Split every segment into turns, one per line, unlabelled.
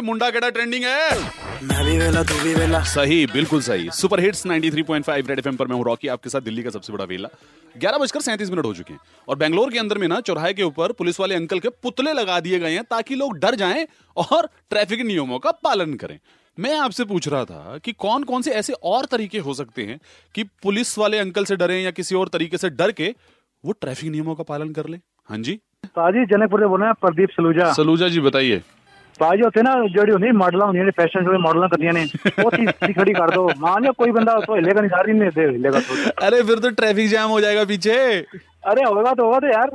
मुंडा केड़ा ट्रेंडिंग है
मैं भी वेला तू भी वेला
सही बिल्कुल सही सुपर हिट्स 93.5 रेड एफएम पर मैं हूं रॉकी आपके साथ दिल्ली का सबसे बड़ा वेला ग्यारह बजकर सैंतीस मिनट हो चुके हैं और बेंगलोर के अंदर में ना चौराहे के ऊपर पुलिस वाले अंकल के पुतले लगा दिए गए हैं ताकि लोग डर जाएं और ट्रैफिक नियमों का पालन करें मैं आपसे पूछ रहा था कि कौन कौन से ऐसे और तरीके हो सकते हैं कि पुलिस वाले अंकल से डरे या किसी और तरीके से डर के वो ट्रैफिक नियमों का पालन कर ले हाँ जी
पाजी जनकपुर से बोल रहे हैं प्रदीप सलूजा
सलूजा जी बताइए
पाजी होते ना जेडी होंदी ਮਾਡਲਾਂ ਹੁੰਦੀਆਂ ਨੇ ਫੈਸ਼ਨ ਸ਼ੋਅ ਮਾਡਲਾਂ ਕਰਦੀਆਂ ਨੇ ਉਹ ਚੀਜ਼ ਦੀ ਖੜੀ ਕਰ ਦੋ ਮਾਨ ਕੋਈ ਬੰਦਾ ਉਸ ਤੋਂ ਹਿੱਲੇਗਾ ਨਹੀਂ ਸਾਰੀ ਨਹੀਂ ਦੇ ਹਿੱਲੇਗਾ ਤੋਂ
अरे फिर तो ट्रैफिक जाम हो जाएगा पीछे
अरे होगा तो होगा तो यार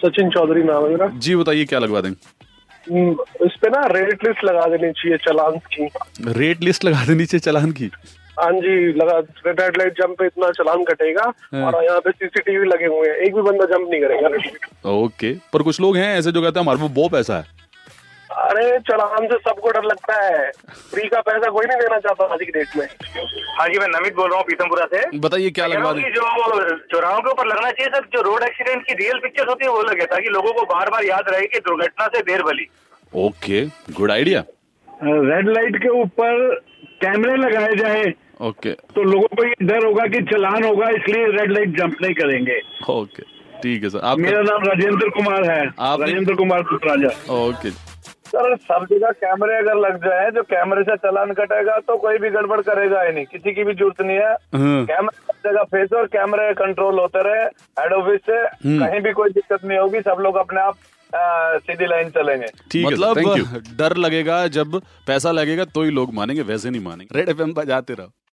सचिन चौधरी नाम है मेरा
जी बताइए क्या लगवा देंगे
हम्म, इस पे ना रेट लिस्ट लगा देनी चाहिए चालान की
रेट लिस्ट लगा देनी चाहिए चालान की
हाँ जी लगा रेड रेड लाइट जंप पे इतना चालान कटेगा
हाँ।
और यहाँ पे सीसीटीवी लगे हुए हैं एक भी बंदा जंप नहीं करेगा red light।
ओके पर कुछ लोग हैं ऐसे जो कहते हैं हमारे पास बहुत पैसा है
अरे चालान से सबको डर लगता है फ्री का पैसा कोई नहीं देना चाहता आज की डेट में
हाँ जी मैं नमित बोल रहा हूँ पीतमपुरा से
बताइए क्या
कह रहा
लगवा
हूँ
दें
कि जो चौराहों के ऊपर लगना चाहिए सर जो रोड एक्सीडेंट की रियल पिक्चर्स होती है वो लगे ताकि लोगों को बार बार याद रहे कि दुर्घटना से देर भली
okay good idea
red light के ऊपर कैमरे लगाए जाए
ओके
तो लोगों को ये डर होगा कि चलान होगा इसलिए रेड लाइट जंप नहीं करेंगे
ओके ठीक है सर आप
नाम राजेंद्र कुमार है
आपने- राजेंद्र
कुमार राजा
ओके
सर सब जगह कैमरे अगर लग जाए जो कैमरे से चालान कटेगा तो कोई भी गड़बड़ करेगा ही नहीं किसी की भी जरूरत नहीं है
हाँ।
कैमरा सब जगह फेस और कैमरे कंट्रोल होते रहे हेड ऑफिस से कहीं भी कोई दिक्कत नहीं होगी सब लोग अपने आप अ, सीधी लाइन चलेंगे
ठीक
मतलब,
है मतलब डर लगेगा जब पैसा लगेगा तो ही लोग मानेंगे वैसे नहीं मानेंगे रेड एफ बजाते रहो